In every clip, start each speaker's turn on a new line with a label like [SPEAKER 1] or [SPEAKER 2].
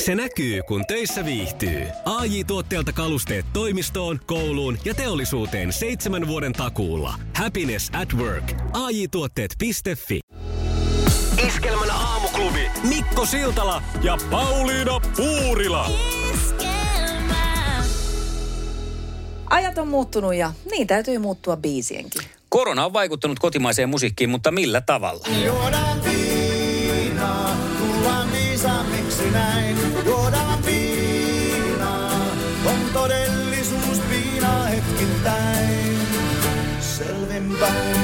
[SPEAKER 1] Se näkyy, kun töissä viihtyy. ai tuotteelta kalusteet toimistoon, kouluun ja teollisuuteen seitsemän vuoden takuulla. Happiness at work. ai tuotteetfi Iskelmän aamuklubi Mikko Siltala ja Pauliina Puurila.
[SPEAKER 2] Ajat on muuttunut ja niin täytyy muuttua biisienkin.
[SPEAKER 3] Korona on vaikuttanut kotimaiseen musiikkiin, mutta millä tavalla?
[SPEAKER 4] Juodaan viinaa, tullaan viisaammiksi näin. Juodaan viinaa, on todellisuus viinaa hetkittäin. Selvinpäin.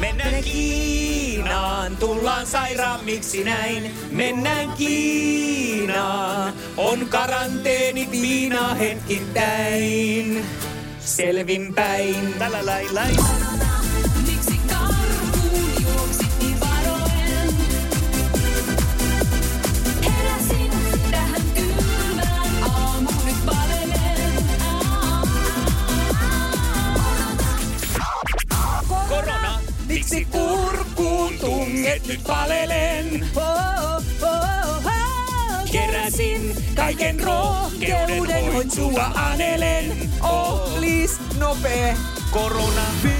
[SPEAKER 3] Mennään Kiinaan, tullaan sairaammiksi näin. Mennään Kiinaan, on karanteenit viinaa hetkittäin. Selvinpäin. Tällä lai lai.
[SPEAKER 5] Miksi karkuun juoksit niin varoen? Heräsin tähän kylmään aamuun nyt palelen.
[SPEAKER 3] Korona, miksi kurkuun tunget nyt palelen?
[SPEAKER 2] Oh, oh, oh, oh,
[SPEAKER 3] Keräsin kaiken rohkeuden, voin sua anelen. Oh,
[SPEAKER 2] please, nopee.
[SPEAKER 3] korona.
[SPEAKER 4] Vie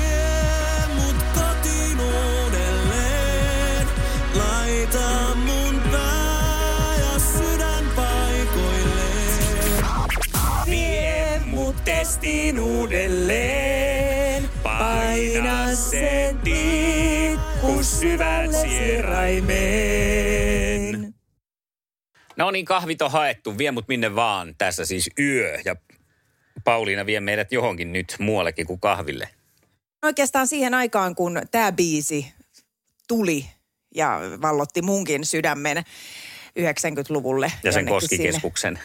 [SPEAKER 4] mut kotiin uudelleen. Laita mun pää ja sydän paikoilleen.
[SPEAKER 3] Vie mut testiin uudelleen. Paina se tikku syvän sieraimeen. No niin, kahvit on haettu. Vie mut minne vaan. Tässä siis yö. Ja Pauliina vie meidät johonkin nyt muuallekin kuin kahville.
[SPEAKER 2] Oikeastaan siihen aikaan, kun tämä biisi tuli ja vallotti munkin sydämen 90-luvulle.
[SPEAKER 3] Ja sen
[SPEAKER 2] jonnekin sinne.
[SPEAKER 3] koskikeskuksen.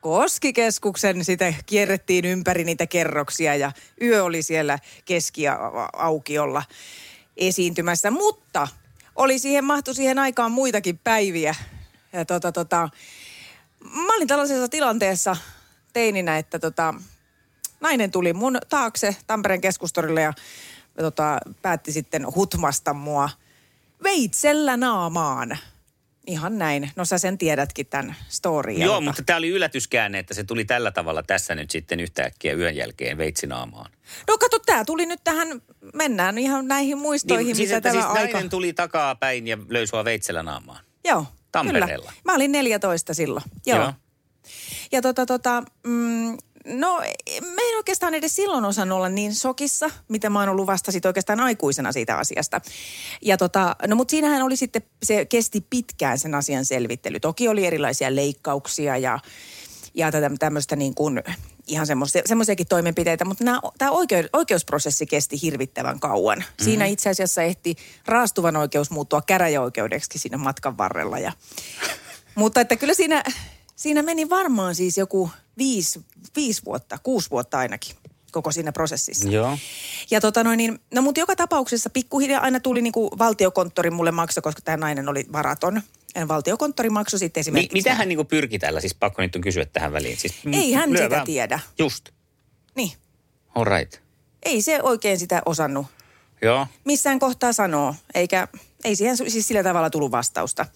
[SPEAKER 2] Koskikeskuksen niin sitä kierrettiin ympäri niitä kerroksia ja yö oli siellä keskiaukiolla esiintymässä. Mutta oli siihen, mahtui siihen aikaan muitakin päiviä. Ja tota, tota, mä olin tällaisessa tilanteessa teininä, että tota, nainen tuli mun taakse Tampereen keskustorille ja tota, päätti sitten hutmasta mua veitsellä naamaan. Ihan näin. No sä sen tiedätkin tämän storyn.
[SPEAKER 3] Joo,
[SPEAKER 2] jota-
[SPEAKER 3] mutta tämä oli yllätyskäänne, että se tuli tällä tavalla tässä nyt sitten yhtäkkiä yön jälkeen veitsinaamaan.
[SPEAKER 2] No kato, tämä tuli nyt tähän, mennään ihan näihin muistoihin, niin,
[SPEAKER 3] siis,
[SPEAKER 2] mitä
[SPEAKER 3] että
[SPEAKER 2] tämä
[SPEAKER 3] siis
[SPEAKER 2] siis aika...
[SPEAKER 3] nainen tuli takaa päin ja löi sua veitsellä naamaan.
[SPEAKER 2] Joo,
[SPEAKER 3] Tampereella.
[SPEAKER 2] Kyllä. Mä olin 14 silloin. Joo. Joo. Ja tota, tota, mm, no mä en oikeastaan edes silloin osannut olla niin sokissa, mitä mä oon ollut vasta sit oikeastaan aikuisena siitä asiasta. Ja tota, no mut siinähän oli sitten, se kesti pitkään sen asian selvittely. Toki oli erilaisia leikkauksia ja, ja tätä- tämmöistä niin kuin ihan semmoisia- semmoisiakin toimenpiteitä, mutta nämä, tämä oikeu, oikeusprosessi kesti hirvittävän kauan. Mm-hmm. Siinä itse asiassa ehti raastuvan oikeus muuttua käräjäoikeudeksi siinä matkan varrella ja mutta että kyllä siinä, siinä meni varmaan siis joku viisi, viisi vuotta, kuusi vuotta ainakin koko siinä prosessissa.
[SPEAKER 3] Joo.
[SPEAKER 2] Ja tota noin, niin, no mutta joka tapauksessa pikkuhiljaa aina tuli niinku valtiokonttori mulle makso, koska tämä nainen oli varaton. En valtiokonttori maksoi sitten
[SPEAKER 3] Mi-
[SPEAKER 2] esimerkiksi.
[SPEAKER 3] mitä hän niinku pyrki tällä? Siis pakko nyt on kysyä tähän väliin. Siis, m-
[SPEAKER 2] Ei hän
[SPEAKER 3] lyö
[SPEAKER 2] sitä
[SPEAKER 3] vähän-
[SPEAKER 2] tiedä.
[SPEAKER 3] Just.
[SPEAKER 2] Niin,
[SPEAKER 3] All right.
[SPEAKER 2] ei se oikein sitä osannut
[SPEAKER 3] Joo.
[SPEAKER 2] missään kohtaa sanoa, eikä, ei siihen su- siis sillä tavalla tullut vastausta.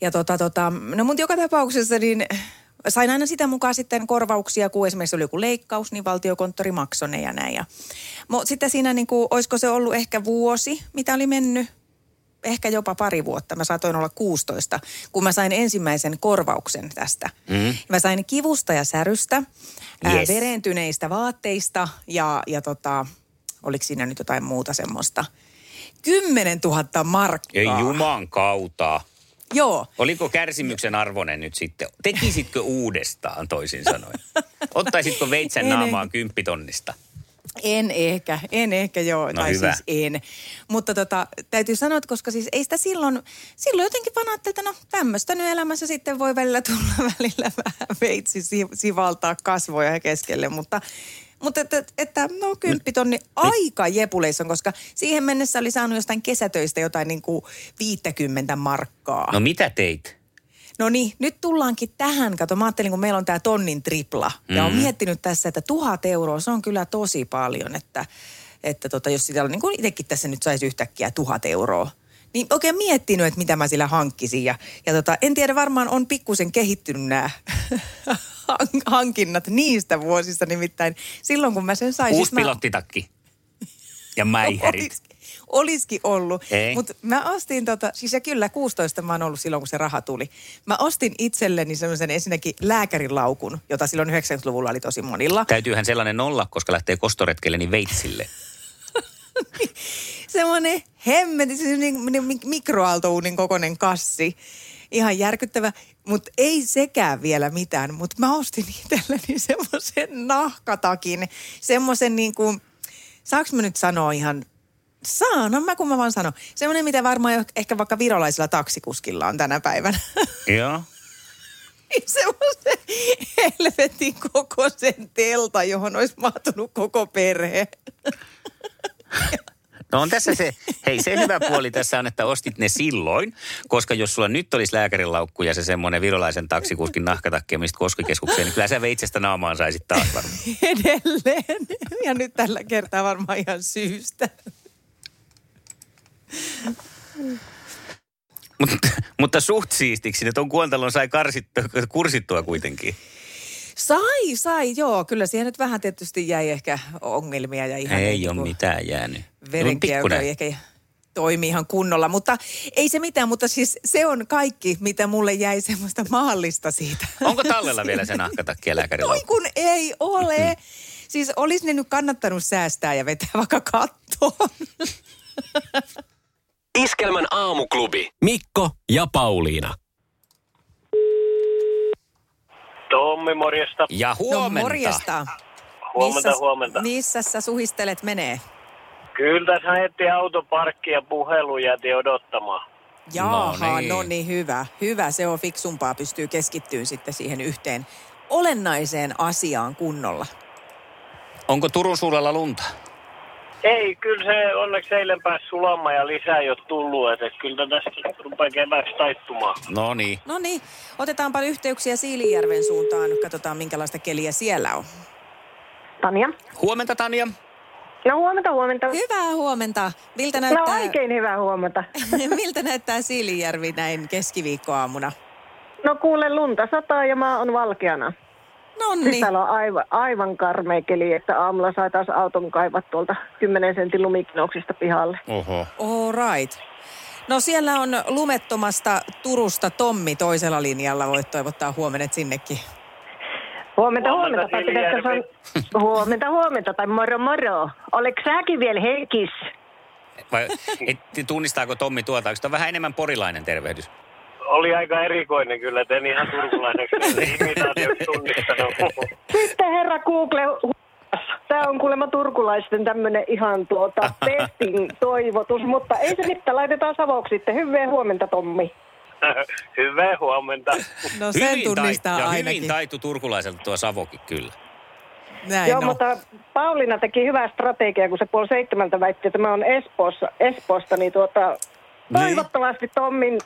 [SPEAKER 2] Ja tota, tota, no mutta joka tapauksessa niin sain aina sitä mukaan sitten korvauksia, kun esimerkiksi oli joku leikkaus, niin valtiokonttori maksoi ne ja näin. Ja, mutta sitten siinä niin kuin, olisiko se ollut ehkä vuosi, mitä oli mennyt, ehkä jopa pari vuotta. Mä saatoin olla 16, kun mä sain ensimmäisen korvauksen tästä. Mm. Mä sain kivusta ja särystä, yes.
[SPEAKER 3] Yes.
[SPEAKER 2] ää, verentyneistä vaatteista ja, ja tota, oliko siinä nyt jotain muuta semmoista. 10 000 markkaa.
[SPEAKER 3] Ei juman kautta.
[SPEAKER 2] Joo.
[SPEAKER 3] Oliko kärsimyksen arvoinen nyt sitten? Tekisitkö uudestaan toisin sanoen? Ottaisitko veitsen
[SPEAKER 2] Ei, ei.
[SPEAKER 3] naamaan kymppitonnista?
[SPEAKER 2] En ehkä, en ehkä joo,
[SPEAKER 3] No
[SPEAKER 2] tai
[SPEAKER 3] hyvä.
[SPEAKER 2] siis en. Mutta tota, täytyy sanoa, että koska siis ei sitä silloin, silloin jotenkin vaan ajattelin, että no tämmöistä nyt elämässä sitten voi välillä tulla välillä vähän veitsi si- sivaltaa kasvoja ja keskelle, mutta mutta että, että no kymppitonni aika jepuleissa on, koska siihen mennessä oli saanut jostain kesätöistä jotain niin kuin 50 markkaa.
[SPEAKER 3] No mitä teit?
[SPEAKER 2] No niin, nyt tullaankin tähän. Kato, mä ajattelin, kun meillä on tämä tonnin tripla. Mm. Ja on miettinyt tässä, että tuhat euroa, se on kyllä tosi paljon. Että, että tota, jos sitä on, niin kuin itsekin tässä nyt saisi yhtäkkiä tuhat euroa. Niin oikein miettinyt, että mitä mä sillä hankkisin. Ja, ja tota, en tiedä, varmaan on pikkusen kehittynyt nämä hankinnat niistä vuosista nimittäin. Silloin kun mä sen sain...
[SPEAKER 3] Uusi
[SPEAKER 2] siis mä-
[SPEAKER 3] pilottitakki. Ja mäihärit.
[SPEAKER 2] Oliski- Olisikin ollut,
[SPEAKER 3] Ei.
[SPEAKER 2] mutta mä ostin tota, siis ja kyllä 16 mä oon ollut silloin, kun se raha tuli. Mä ostin itselleni semmoisen ensinnäkin lääkärilaukun, jota silloin 90-luvulla oli tosi monilla.
[SPEAKER 3] Täytyyhän sellainen olla, koska lähtee kostoretkelle niin veitsille.
[SPEAKER 2] Semmoinen hemmetin, siis niin, niin, mik- mikroaaltouunin kokoinen kassi. Ihan järkyttävä, mutta ei sekään vielä mitään. Mutta mä ostin itselleni semmoisen nahkatakin, semmoisen niin kuin, saanko mä nyt sanoa ihan, saanan mä kun mä vaan sanon. Semmoinen, mitä varmaan jo- ehkä vaikka virolaisilla taksikuskilla on tänä päivänä.
[SPEAKER 3] Joo.
[SPEAKER 2] Niin semmoisen helvetin kokoisen telta, johon olisi mahtunut koko perhe.
[SPEAKER 3] No on tässä se, hei se hyvä puoli tässä on, että ostit ne silloin, koska jos sulla nyt olisi lääkärilaukku ja se semmoinen virolaisen taksikuskin nahkatakki, ja mistä koskikeskukseen, niin kyllä sä veitsestä naamaan saisit taas varmaan.
[SPEAKER 2] edelleen. Ja nyt tällä kertaa varmaan ihan syystä.
[SPEAKER 3] Mutta, mutta suht siistiksi, että on kuontalon sai karsittua, kursittua kuitenkin.
[SPEAKER 2] Sai, sai, joo. Kyllä siihen nyt vähän tietysti jäi ehkä ongelmia ja ihan
[SPEAKER 3] Ei
[SPEAKER 2] niin
[SPEAKER 3] ole
[SPEAKER 2] kuin
[SPEAKER 3] mitään jäänyt.
[SPEAKER 2] Verenkierto ei
[SPEAKER 3] Pikkuinen.
[SPEAKER 2] ehkä toimi ihan kunnolla, mutta ei se mitään, mutta siis se on kaikki, mitä mulle jäi semmoista maallista siitä.
[SPEAKER 3] Onko tallella vielä se nahkatakki ja
[SPEAKER 2] Oi
[SPEAKER 3] lääkärilaukku?
[SPEAKER 2] kun ei
[SPEAKER 3] Mm-hmm.
[SPEAKER 2] ole. Siis olisi ne nyt kannattanut säästää ja vetää vaikka kattoon.
[SPEAKER 4] Iskelmän aamuklubi.
[SPEAKER 1] Mikko ja Pauliina.
[SPEAKER 6] Tommi, morjesta.
[SPEAKER 3] Ja huomenta.
[SPEAKER 2] No morjesta.
[SPEAKER 6] Huomenta,
[SPEAKER 2] Missäs-
[SPEAKER 6] huomenta.
[SPEAKER 2] Missä sä suhistelet menee?
[SPEAKER 6] Kyllä tässä haettiin autoparkkia puhelu jätin odottamaan.
[SPEAKER 2] Jaaha, no
[SPEAKER 3] No
[SPEAKER 2] niin.
[SPEAKER 3] niin.
[SPEAKER 2] no niin, hyvä. Hyvä, se on fiksumpaa. Pystyy keskittyyn sitten siihen yhteen olennaiseen asiaan kunnolla.
[SPEAKER 3] Onko Turun suunnalla lunta?
[SPEAKER 6] Ei, kyllä se onneksi eilen pääsi sulamaan ja lisää ei ole tullut, että kyllä tästä rupeaa kevääksi taittumaan.
[SPEAKER 3] No niin.
[SPEAKER 2] No niin, otetaanpa yhteyksiä Siilijärven suuntaan. Katsotaan, minkälaista keliä siellä on.
[SPEAKER 7] Tania.
[SPEAKER 3] Huomenta Tanja.
[SPEAKER 7] No huomenta, huomenta.
[SPEAKER 2] Hyvää huomenta. Miltä
[SPEAKER 7] No
[SPEAKER 2] näyttää,
[SPEAKER 7] oikein hyvää huomenta.
[SPEAKER 2] miltä näyttää Siilijärvi näin keskiviikkoaamuna?
[SPEAKER 7] No kuule, lunta sataa ja maa on valkeana.
[SPEAKER 2] Nonni,
[SPEAKER 7] Niin. Siis täällä on aivan, aivan karmea keli, että aamulla sai taas auton kaivat tuolta 10 sentin lumikinouksista pihalle.
[SPEAKER 3] Oho.
[SPEAKER 2] all right. No siellä on lumettomasta Turusta Tommi toisella linjalla. Voit toivottaa huomenet sinnekin.
[SPEAKER 6] Huomenta,
[SPEAKER 7] Huomenta, huomenta. Tai pitäisikö
[SPEAKER 6] Siilijärvi.
[SPEAKER 7] san- huomenta, huomenta. Tai moro, moro. Oleks säkin vielä henkis?
[SPEAKER 3] Vai, et, tunnistaako Tommi tuota? Onko tämä vähän enemmän porilainen tervehdys?
[SPEAKER 6] Oli aika erikoinen kyllä, että en ihan turkulaiseksi imitaatioksi tunnistanut.
[SPEAKER 7] Sitten herra Google huudas. Tämä on kuulemma turkulaisten tämmöinen ihan tuota pestin toivotus, mutta ei se mitään, laitetaan savoksi sitten. Hyvää huomenta, Tommi.
[SPEAKER 6] Hyvää huomenta.
[SPEAKER 2] No sen
[SPEAKER 3] tai-
[SPEAKER 2] tunnistaa
[SPEAKER 3] ja
[SPEAKER 2] ainakin.
[SPEAKER 3] hyvin taitu turkulaiselta tuo Savokin kyllä.
[SPEAKER 2] Näin
[SPEAKER 7] Joo,
[SPEAKER 2] on.
[SPEAKER 7] mutta Pauliina teki hyvää strategiaa, kun se puoli seitsemältä väitti, että mä oon Espoossa, Espoosta, niin tuota, toivottavasti Tommin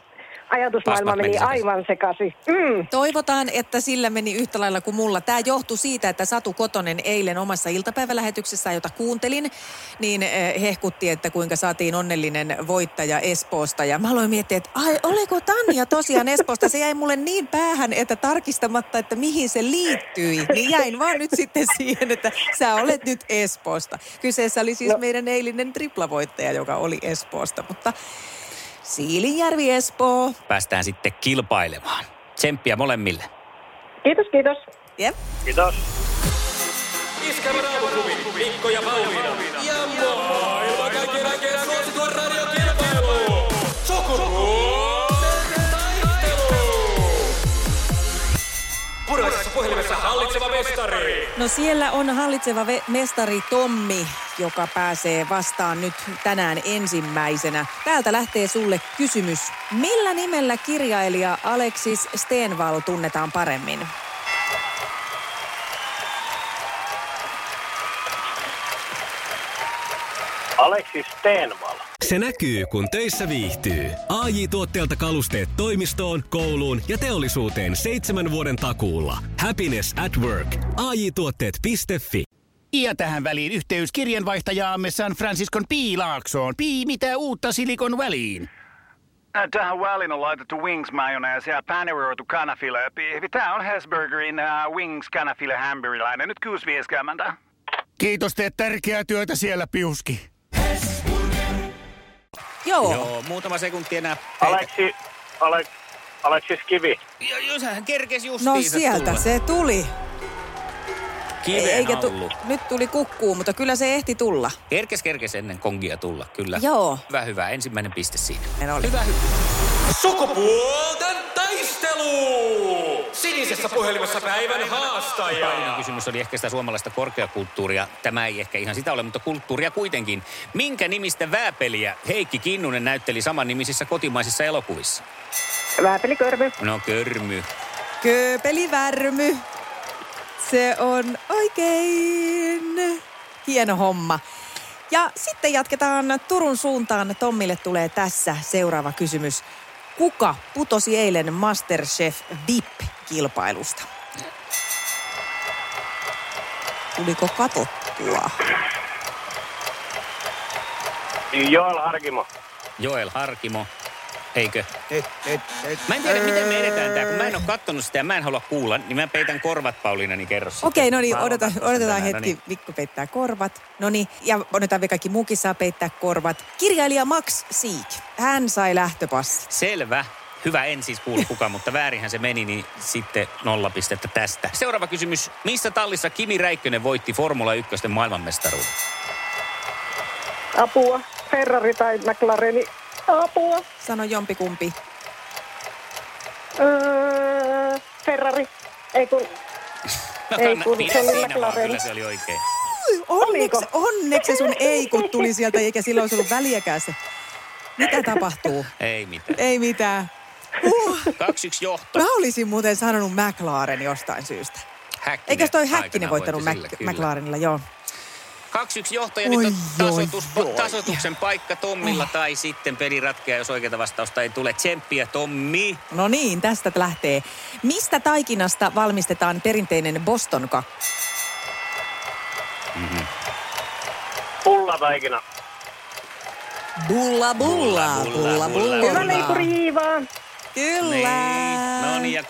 [SPEAKER 7] ajatusmaailma
[SPEAKER 3] Pasmat meni
[SPEAKER 7] meni
[SPEAKER 3] sekaisin.
[SPEAKER 7] aivan sekaisin. Mm.
[SPEAKER 2] Toivotaan, että sillä meni yhtä lailla kuin mulla. Tämä johtui siitä, että Satu Kotonen eilen omassa iltapäivälähetyksessä, jota kuuntelin, niin eh, hehkutti, että kuinka saatiin onnellinen voittaja Espoosta. Ja mä aloin miettiä, että ai, oliko Tanja tosiaan Espoosta? Se jäi mulle niin päähän, että tarkistamatta, että mihin se liittyi, niin jäin vaan nyt sitten siihen, että sä olet nyt Espoosta. Kyseessä oli siis meidän eilinen triplavoittaja, joka oli Espoosta, mutta Siilinjärvi Espoo.
[SPEAKER 3] Päästään sitten kilpailemaan. Tsemppiä molemmille.
[SPEAKER 7] Kiitos, kiitos.
[SPEAKER 2] Jep.
[SPEAKER 6] Kiitos.
[SPEAKER 2] No siellä on hallitseva ve- mestari Tommi, joka pääsee vastaan nyt tänään ensimmäisenä. Täältä lähtee sulle kysymys. Millä nimellä kirjailija Alexis Stenval tunnetaan paremmin?
[SPEAKER 6] Aleksis Steenval.
[SPEAKER 1] Se näkyy, kun töissä viihtyy. ai tuotteelta kalusteet toimistoon, kouluun ja teollisuuteen seitsemän vuoden takuulla. Happiness at work. ai tuotteetfi
[SPEAKER 8] Ja tähän väliin yhteys kirjanvaihtajaamme San Franciscon P. Laaksoon. P. Mitä uutta Silikon väliin? Ä, Äh, Tähän väliin on laitettu wings mayonnaise ja paneroitu kanafila. Pihvi, Tää on Hesburgerin äh, wings kanafila hamburilainen. Nyt kuusi vieskäämäntä.
[SPEAKER 9] Kiitos, teet tärkeää työtä siellä, Piuski.
[SPEAKER 2] Joo. Joo.
[SPEAKER 3] Joo, muutama sekunti enää.
[SPEAKER 6] Aleksi, Alek, Aleksis Kivi.
[SPEAKER 3] Ja jos hän kerkesi
[SPEAKER 2] No
[SPEAKER 3] justiinsa
[SPEAKER 2] sieltä
[SPEAKER 3] tulla.
[SPEAKER 2] se tuli.
[SPEAKER 3] Kiven Eikä
[SPEAKER 2] tu- nyt tuli kukkuu, mutta kyllä se ehti tulla.
[SPEAKER 3] Kerkes, kerkes ennen kongia tulla, kyllä.
[SPEAKER 2] Joo.
[SPEAKER 3] Hyvä, hyvä. Ensimmäinen piste siinä.
[SPEAKER 2] Meillä oli.
[SPEAKER 3] Hyvä, hyvä.
[SPEAKER 4] Sukupuolten taistelu! Sinisessä puhelimessa päivän haastaja.
[SPEAKER 3] Toinen kysymys oli ehkä sitä suomalaista korkeakulttuuria. Tämä ei ehkä ihan sitä ole, mutta kulttuuria kuitenkin. Minkä nimistä vääpeliä Heikki Kinnunen näytteli saman nimisissä kotimaisissa elokuvissa?
[SPEAKER 7] Vääpelikörmy.
[SPEAKER 3] No körmy.
[SPEAKER 2] Kööpelivärmy. Se on oikein hieno homma. Ja sitten jatketaan Turun suuntaan. Tommille tulee tässä seuraava kysymys. Kuka putosi eilen Masterchef VIP-kilpailusta? Tuliko katottua?
[SPEAKER 6] Joel Harkimo.
[SPEAKER 3] Joel Harkimo. Eikö?
[SPEAKER 9] Et, et, et.
[SPEAKER 3] Mä en tiedä, miten me edetään tää, kun mä en ole kattonut sitä ja mä en halua kuulla, niin mä peitän korvat Pauliina, niin kerro sitten.
[SPEAKER 2] Okei, no niin,
[SPEAKER 3] Mä haluan
[SPEAKER 2] odota,
[SPEAKER 3] katsoa
[SPEAKER 2] odotetaan
[SPEAKER 3] tänään, no
[SPEAKER 2] hetki.
[SPEAKER 3] niin.
[SPEAKER 2] Mikko peittää korvat. No niin, ja odotetaan vielä kaikki muukin saa peittää korvat. Kirjailija Max Siik, hän sai lähtöpassi.
[SPEAKER 3] Selvä. Hyvä, en siis kuulu kukaan, mutta väärinhän se meni, niin sitten nolla pistettä tästä. Seuraava kysymys. Missä tallissa Kimi Räikkönen voitti Formula 1 maailmanmestaruuden?
[SPEAKER 7] Apua. Ferrari tai McLareni. Apua.
[SPEAKER 2] Sano jompikumpi.
[SPEAKER 7] Öö, Ferrari. Ei kun...
[SPEAKER 3] No
[SPEAKER 7] Ei kun,
[SPEAKER 3] pidä
[SPEAKER 7] se oli
[SPEAKER 3] siinä vaan,
[SPEAKER 7] McLaren.
[SPEAKER 3] kyllä se oli oikein.
[SPEAKER 2] Ui, Onneksi,
[SPEAKER 7] Oliko?
[SPEAKER 2] onneksi se sun ei kun tuli sieltä, eikä silloin olisi ollut väliäkään se. Mitä tapahtuu?
[SPEAKER 3] Ei mitään.
[SPEAKER 2] Ei mitään. Uh,
[SPEAKER 3] Kaksi yksi johto.
[SPEAKER 2] mä olisin muuten sanonut McLaren jostain syystä.
[SPEAKER 3] Häkkinen
[SPEAKER 2] Eikös toi
[SPEAKER 3] aikanaan
[SPEAKER 2] Häkkinen voittanut
[SPEAKER 3] Niin, voitti sillä,
[SPEAKER 2] Mac-
[SPEAKER 3] kyllä.
[SPEAKER 2] McLarenilla, joo.
[SPEAKER 3] Kaksi yksi johto ja
[SPEAKER 2] Oi, Ah.
[SPEAKER 3] nyt on
[SPEAKER 2] joi,
[SPEAKER 3] tasoitus,
[SPEAKER 2] joi.
[SPEAKER 3] tasoituksen paikka Tommilla tai sitten peli ratkeaa, jos oikeita vastausta ei tule. Tsemppiä Tommi.
[SPEAKER 2] No niin, tästä lähtee. Mistä taikinasta valmistetaan perinteinen Boston kakku?
[SPEAKER 6] Pullataikina.
[SPEAKER 2] Bulla, bulla, bulla,
[SPEAKER 3] Bulla, bulla,
[SPEAKER 2] bulla.
[SPEAKER 7] Hyvä leipuriiva.
[SPEAKER 2] Kyllä.
[SPEAKER 3] Niin. No niin, ja 2-2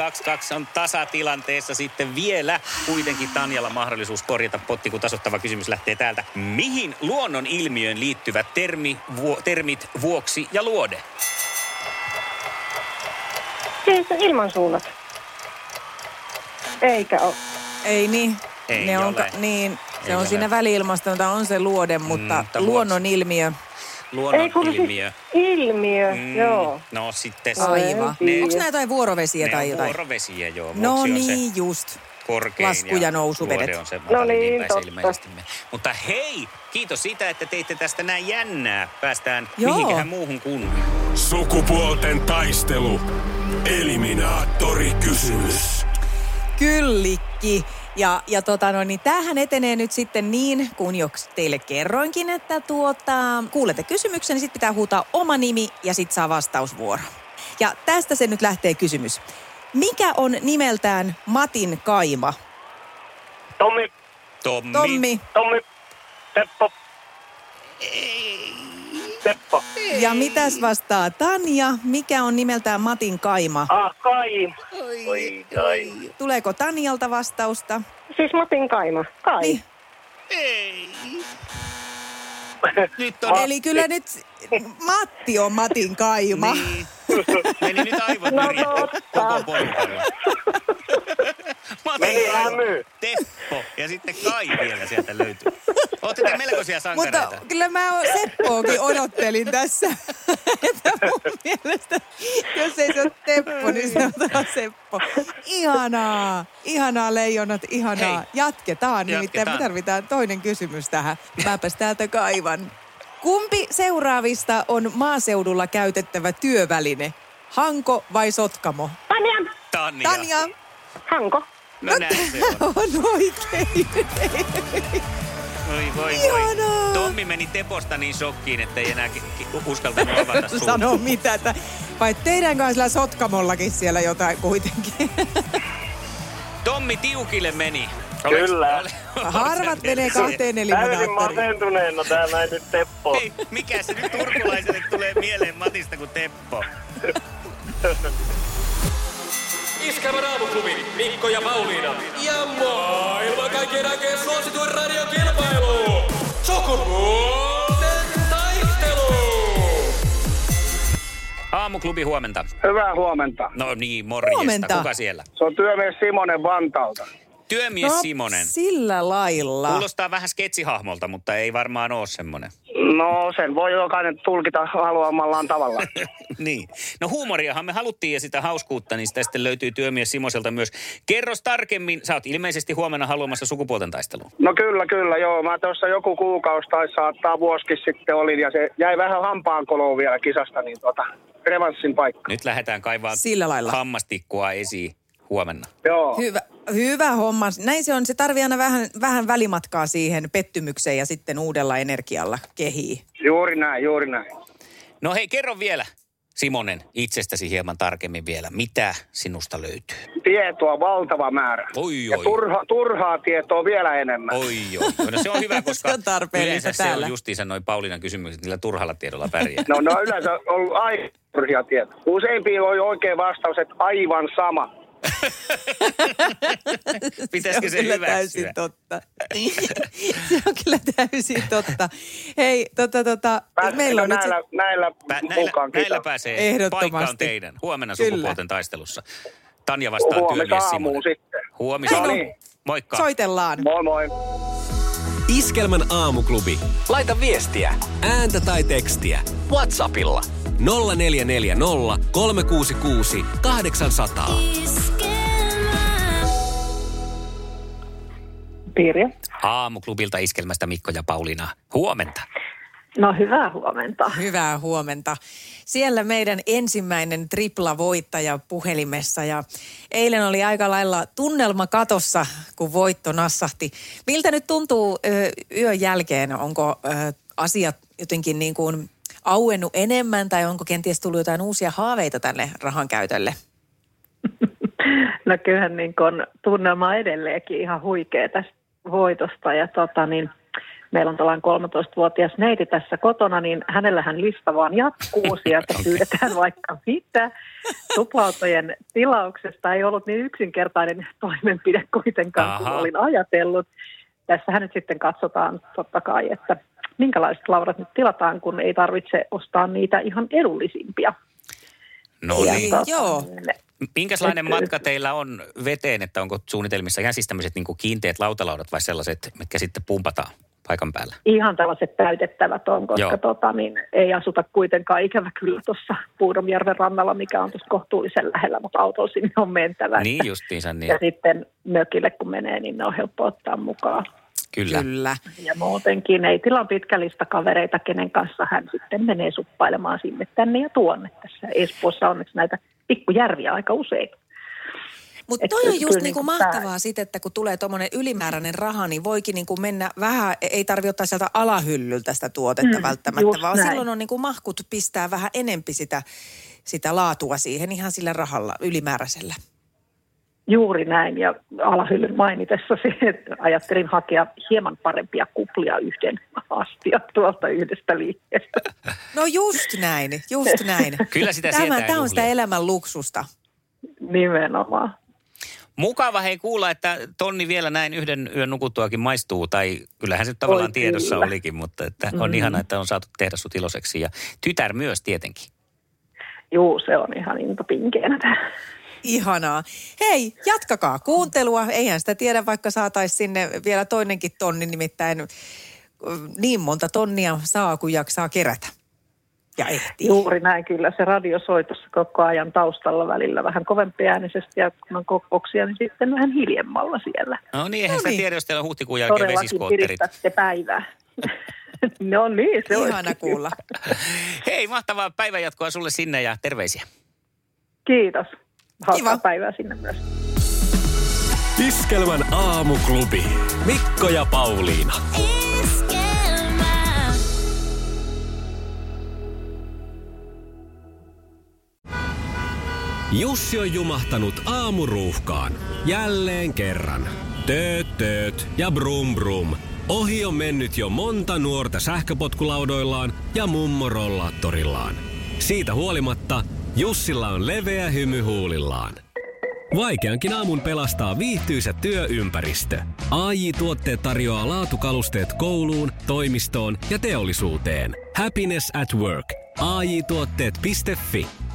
[SPEAKER 3] on tasatilanteessa sitten vielä. Kuitenkin Tanjalla mahdollisuus korjata potti, kun tasoittava kysymys lähtee täältä. Mihin luonnon ilmiöön liittyvät termi, vuo, termit vuoksi ja luode?
[SPEAKER 7] Siis ilmansuunnat. Eikä ole.
[SPEAKER 2] Ei niin.
[SPEAKER 3] Ei
[SPEAKER 2] ne on,
[SPEAKER 3] ole.
[SPEAKER 2] niin, se
[SPEAKER 3] Ei
[SPEAKER 2] on
[SPEAKER 3] ole.
[SPEAKER 2] siinä väliilmasta, mutta on se luode, mutta
[SPEAKER 3] mutta
[SPEAKER 2] mm, luonnonilmiö.
[SPEAKER 7] Ei
[SPEAKER 3] Luonnon
[SPEAKER 7] kun
[SPEAKER 3] ilmiö.
[SPEAKER 7] siis ilmiö,
[SPEAKER 3] Mm,
[SPEAKER 7] joo.
[SPEAKER 3] No sitten se.
[SPEAKER 7] Ai,
[SPEAKER 2] Aivan.
[SPEAKER 7] tiedä.
[SPEAKER 2] Onko nämä jotain vuorovesiä
[SPEAKER 3] Ne
[SPEAKER 2] tai
[SPEAKER 3] on
[SPEAKER 2] jotain?
[SPEAKER 3] vuorovesiä, joo.
[SPEAKER 2] No
[SPEAKER 3] Vuoksi on se
[SPEAKER 2] niin, just.
[SPEAKER 3] korkein.
[SPEAKER 2] Lasku- ja nousuvedet.
[SPEAKER 3] luode on se matalin,
[SPEAKER 7] niin,
[SPEAKER 3] niin päin se
[SPEAKER 7] totta.
[SPEAKER 3] ilmeisesti menee. Mutta hei, kiitos siitä, että teitte tästä näin jännää. Päästään
[SPEAKER 2] Joo.
[SPEAKER 3] mihinkähän muuhun kunniaan.
[SPEAKER 1] Sukupuolten taistelu. Eliminaattori kysymys.
[SPEAKER 2] Kyllikki. Ja, ja tota no, niin tämähän etenee nyt sitten niin, kun joks teille kerroinkin, että tuota, kuulette kysymyksen, niin sitten pitää huutaa oma nimi ja sitten saa vastausvuoro. Ja tästä se nyt lähtee kysymys. Mikä on nimeltään Matin kaima?
[SPEAKER 6] Tommi,
[SPEAKER 3] Tommi.
[SPEAKER 2] Tommi.
[SPEAKER 6] Tommi, Teppo. Teppo.
[SPEAKER 2] Ja mitäs vastaa Tanja? Mikä on nimeltään Matin kaima?
[SPEAKER 6] Ah, Kai. Oi, Kai.
[SPEAKER 2] Tuleeko Tanjalta vastausta?
[SPEAKER 7] Siis Matin kaima. Kai.
[SPEAKER 2] Niin.
[SPEAKER 3] Nyt on
[SPEAKER 2] Eli kyllä nyt Matti on Matin kaima.
[SPEAKER 3] Niin. Meni nyt aivan
[SPEAKER 7] No
[SPEAKER 3] nyrjät
[SPEAKER 7] totta.
[SPEAKER 3] koko porukalla. Mati,
[SPEAKER 6] Meni hämy.
[SPEAKER 3] Teppo ja sitten Kai vielä sieltä löytyy. Ootte te melkoisia
[SPEAKER 2] Mutta
[SPEAKER 3] sankareita.
[SPEAKER 2] kyllä mä o- Seppoakin odottelin tässä. Että mun mielestä, jos ei se ole Teppo, niin sanotaan Seppo. Ihanaa, ihanaa leijonat, ihanaa.
[SPEAKER 3] Hei.
[SPEAKER 2] Hei. Jatketaan, nimittäin me
[SPEAKER 3] Jatketaan.
[SPEAKER 2] tarvitaan toinen kysymys tähän. Mäpäs täältä kaivan. Kumpi seuraavista on maaseudulla käytettävä työväline? Hanko vai sotkamo?
[SPEAKER 7] Tanja,
[SPEAKER 3] Tanja.
[SPEAKER 2] Tanja,
[SPEAKER 7] Hanko.
[SPEAKER 3] No näin se on.
[SPEAKER 2] on oikein.
[SPEAKER 3] Oi voi voi.
[SPEAKER 2] Ihanaa.
[SPEAKER 3] Tommi meni Teposta niin shokkiin, että ei enää ki- ki- uskaltanut avata suuta.
[SPEAKER 2] Sano mitä. Että, vai tehdäänkö sillä sotkamollakin siellä jotain kuitenkin?
[SPEAKER 3] Tommi tiukille meni.
[SPEAKER 6] Kyllä.
[SPEAKER 2] Harvat menee kahteen
[SPEAKER 6] Täysin
[SPEAKER 2] eliminaattoriin.
[SPEAKER 6] masentuneena tää näin nyt Teppo.
[SPEAKER 10] Niin.
[SPEAKER 3] Ei, mikä se nyt turkulaiselle tulee mieleen Matista kuin Teppo?
[SPEAKER 4] Iskävä raamuklubi, Mikko ja Pauliina. Ja maailman kaikkien aikeen suosituen radiokilpailu. Sukupuolten taistelu.
[SPEAKER 3] Aamuklubi huomenta.
[SPEAKER 10] Hyvää huomenta.
[SPEAKER 3] No niin, morjesta.
[SPEAKER 2] Huomenta.
[SPEAKER 3] Kuka siellä?
[SPEAKER 10] Se on työmies Simonen Vantaalta.
[SPEAKER 3] Työmies Niin, Simonen.
[SPEAKER 2] No, sillä lailla.
[SPEAKER 3] Kuulostaa vähän sketsihahmolta, mutta ei varmaan ole semmoinen.
[SPEAKER 10] No sen voi jokainen tulkita haluamallaan tavalla.
[SPEAKER 3] niin. No huumoriahan me haluttiin ja sitä hauskuutta, niin sitä sitten löytyy työmies Simoselta myös. Kerros tarkemmin, sä oot ilmeisesti huomenna haluamassa sukupuolten taisteluun.
[SPEAKER 10] No kyllä, kyllä, joo. Mä tuossa joku kuukausi tai saattaa vuosikin sitten olin ja se jäi vähän hampaan koloon vielä kisasta, niin tota, revanssin paikka.
[SPEAKER 3] Nyt lähdetään kaivaa
[SPEAKER 2] Sillä lailla.
[SPEAKER 3] hammastikkua esiin huomenna.
[SPEAKER 10] Joo.
[SPEAKER 2] Hyvä, hyvä homma. Näin se on. Se tarvii aina vähän, vähän välimatkaa siihen pettymykseen ja sitten uudella energialla kehii.
[SPEAKER 10] Juuri näin, juuri näin.
[SPEAKER 3] No hei, kerro vielä Simonen itsestäsi hieman tarkemmin vielä. Mitä sinusta löytyy?
[SPEAKER 10] Tietoa valtava määrä.
[SPEAKER 3] Oi,
[SPEAKER 10] ja
[SPEAKER 3] oi.
[SPEAKER 10] turha, turhaa tietoa vielä enemmän.
[SPEAKER 3] Oi joo. No se on hyvä, koska
[SPEAKER 2] Se on tarpeellista
[SPEAKER 3] yleensä se
[SPEAKER 2] täällä.
[SPEAKER 3] on justiinsa noin Paulinan kysymykset, niillä turhalla tiedolla pärjää.
[SPEAKER 10] No ne on yleensä ollut aika turhia tietoja. Useimpiin oli oikea vastaus, että aivan sama.
[SPEAKER 3] Pitäisikö se
[SPEAKER 2] on kyllä täysin
[SPEAKER 3] hyväksyä?
[SPEAKER 2] totta. se on kyllä täysin totta. Hei, tota, tota, meillä
[SPEAKER 10] Pääsetkö
[SPEAKER 2] on nyt se...
[SPEAKER 10] näillä, näillä,
[SPEAKER 3] Pä, näillä,
[SPEAKER 10] Niin mukaan
[SPEAKER 3] näillä
[SPEAKER 10] kiitos.
[SPEAKER 3] pääsee.
[SPEAKER 2] Ehdottomasti.
[SPEAKER 3] Paikka on teidän. Huomenna
[SPEAKER 2] Kyllä.
[SPEAKER 3] sukupuolten taistelussa. Tanja vastaa
[SPEAKER 10] Huomenta
[SPEAKER 3] työmies
[SPEAKER 10] aamuun
[SPEAKER 3] Simonen.
[SPEAKER 10] sitten.
[SPEAKER 3] Huomista.
[SPEAKER 2] Ei
[SPEAKER 10] no.
[SPEAKER 3] aamuun. Moikka.
[SPEAKER 2] Soitellaan.
[SPEAKER 10] Moi moi.
[SPEAKER 1] Iskelmän aamuklubi.
[SPEAKER 4] Laita viestiä
[SPEAKER 1] Ääntä tai tekstiä.
[SPEAKER 4] Whatsappilla.
[SPEAKER 1] 0440 366 800.
[SPEAKER 5] Iskelmää.
[SPEAKER 7] Pirjo.
[SPEAKER 3] Aamuklubilta iskelmästä Mikko ja Pauliina. Huomenta.
[SPEAKER 7] No hyvää huomenta.
[SPEAKER 2] Hyvää huomenta. Siellä meidän ensimmäinen triplavoittaja puhelimessa ja eilen oli aika lailla tunnelma katossa, kun voitto nassahti. Miltä nyt tuntuu ö, yön jälkeen? Onko ö, asiat jotenkin niin kuin auennut enemmän tai onko kenties tullut jotain uusia haaveita tänne rahan käytölle?
[SPEAKER 7] No kyllähän niin kun tunnelma on edelleenkin ihan huikea tästä voitosta ja tota niin, meillä on tällainen 13-vuotias neiti tässä kotona, niin hänellähän lista vaan jatkuu sieltä, pyydetään vaikka mitä. Tuplautojen tilauksesta ei ollut niin yksinkertainen toimenpide kuitenkaan kuin
[SPEAKER 3] Aha.
[SPEAKER 7] olin ajatellut. Tässähän nyt sitten katsotaan totta kai, että minkälaiset laudat nyt tilataan, kun ei tarvitse ostaa niitä ihan edullisimpia.
[SPEAKER 3] No
[SPEAKER 2] Ja- siis
[SPEAKER 3] niin.
[SPEAKER 2] Joo.
[SPEAKER 3] Minkälainen matka teillä on veteen, että onko suunnitelmissa ihan siis tämmöiset niin kiinteät lautalaudat vai sellaiset, mitkä sitten pumpataan paikan päällä?
[SPEAKER 7] ihan tällaiset täytettävät on,
[SPEAKER 3] Joo.
[SPEAKER 7] koska tota, niin ei asuta kuitenkaan ikävä kyllä tuossa Puudomjärven rannalla, mikä on tuossa kohtuullisen lähellä, mutta autolla sinne on mentävä.
[SPEAKER 3] Niin justiinsa, niin
[SPEAKER 7] Ja sitten mökille kun menee, niin ne on helppo ottaa mukaan.
[SPEAKER 3] kyllä.
[SPEAKER 2] Kyllä.
[SPEAKER 7] Ja muutenkin ei tilan pitkä lista kavereita, kenen kanssa hän sitten menee suppailemaan sinne tänne ja tuonne. Tässä Espoossa onneksi näitä pikkujärviä aika useita.
[SPEAKER 2] Mutta
[SPEAKER 7] Et
[SPEAKER 2] toi on
[SPEAKER 7] kyllä
[SPEAKER 2] just niinku
[SPEAKER 7] niinku
[SPEAKER 2] mahtavaa sitten, että kun tulee tuommoinen ylimääräinen raha, niin voikin niinku mennä vähän, ei tarvitse ottaa sieltä alahyllyltä sitä tuotetta mm,
[SPEAKER 7] Mm,
[SPEAKER 2] välttämättä,
[SPEAKER 7] just
[SPEAKER 2] vaan
[SPEAKER 7] näin.
[SPEAKER 2] silloin on niinku mahkut pistää vähän enempi sitä, sitä laatua siihen ihan sillä rahalla ylimääräisellä.
[SPEAKER 7] Juuri näin, ja alahyllyn mainitessa se, että ajattelin hakea hieman parempia kuplia yhden astia tuolta yhdestä liikkeestä.
[SPEAKER 2] No just näin, just näin.
[SPEAKER 3] Kyllä sitä
[SPEAKER 2] Tämä,
[SPEAKER 3] sietää
[SPEAKER 2] tämä on sitä
[SPEAKER 3] juhlia.
[SPEAKER 2] elämän luksusta.
[SPEAKER 7] Nimenomaan.
[SPEAKER 3] Mukava hei kuulla, että tonni vielä näin yhden yön nukuttuakin maistuu, tai kyllähän se nyt tavallaan
[SPEAKER 7] Oi,
[SPEAKER 3] tiedossa
[SPEAKER 7] kyllä. Mm.
[SPEAKER 3] olikin, mutta että on ihana, että on saatu tehdä sut iloiseksi. Ja tytär myös tietenkin.
[SPEAKER 7] Juu, se on ihan intopinkeenä tää.
[SPEAKER 2] Ihanaa. Hei, jatkakaa kuuntelua. Eihän sitä tiedä, vaikka saataisiin sinne vielä toinenkin tonni, nimittäin ö, niin monta tonnia saa, kun jaksaa kerätä. Ja ehtii.
[SPEAKER 7] Juuri näin kyllä, se radio soi tuossa koko ajan taustalla välillä vähän kovempi äänisesti ja kun on kokouksia, niin sitten vähän hiljemmalla siellä.
[SPEAKER 3] No niin, eihän sitä
[SPEAKER 2] Noniin.
[SPEAKER 3] tiedä, jos teillä on huhtikuun jälkeen
[SPEAKER 7] Todellakin
[SPEAKER 3] vesiskootterit.
[SPEAKER 7] piristätte päivää. no niin, se on.
[SPEAKER 2] Ihana kuulla.
[SPEAKER 3] Hei, mahtavaa päivänjatkoa sulle sinne ja terveisiä.
[SPEAKER 7] Kiitos. Hauskaa
[SPEAKER 2] Kiva.
[SPEAKER 7] päivää sinne myös.
[SPEAKER 1] Iskelmän aamuklubi. Mikko ja Pauliina.
[SPEAKER 5] Iskelmää.
[SPEAKER 1] Jussi on jumahtanut aamuruuhkaan. Jälleen kerran. Tööt, tööt ja brum brum. Ohi on mennyt jo monta nuorta sähköpotkulaudoillaan ja mummorollaattorillaan. Siitä huolimatta Jussilla on leveä hymy huulillaan. Vaikeankin aamun pelastaa viihtyisä työympäristö. AI Tuotteet tarjoaa laatukalusteet kouluun, toimistoon ja teollisuuteen. Happiness at work. AJ-tuotteet.fi.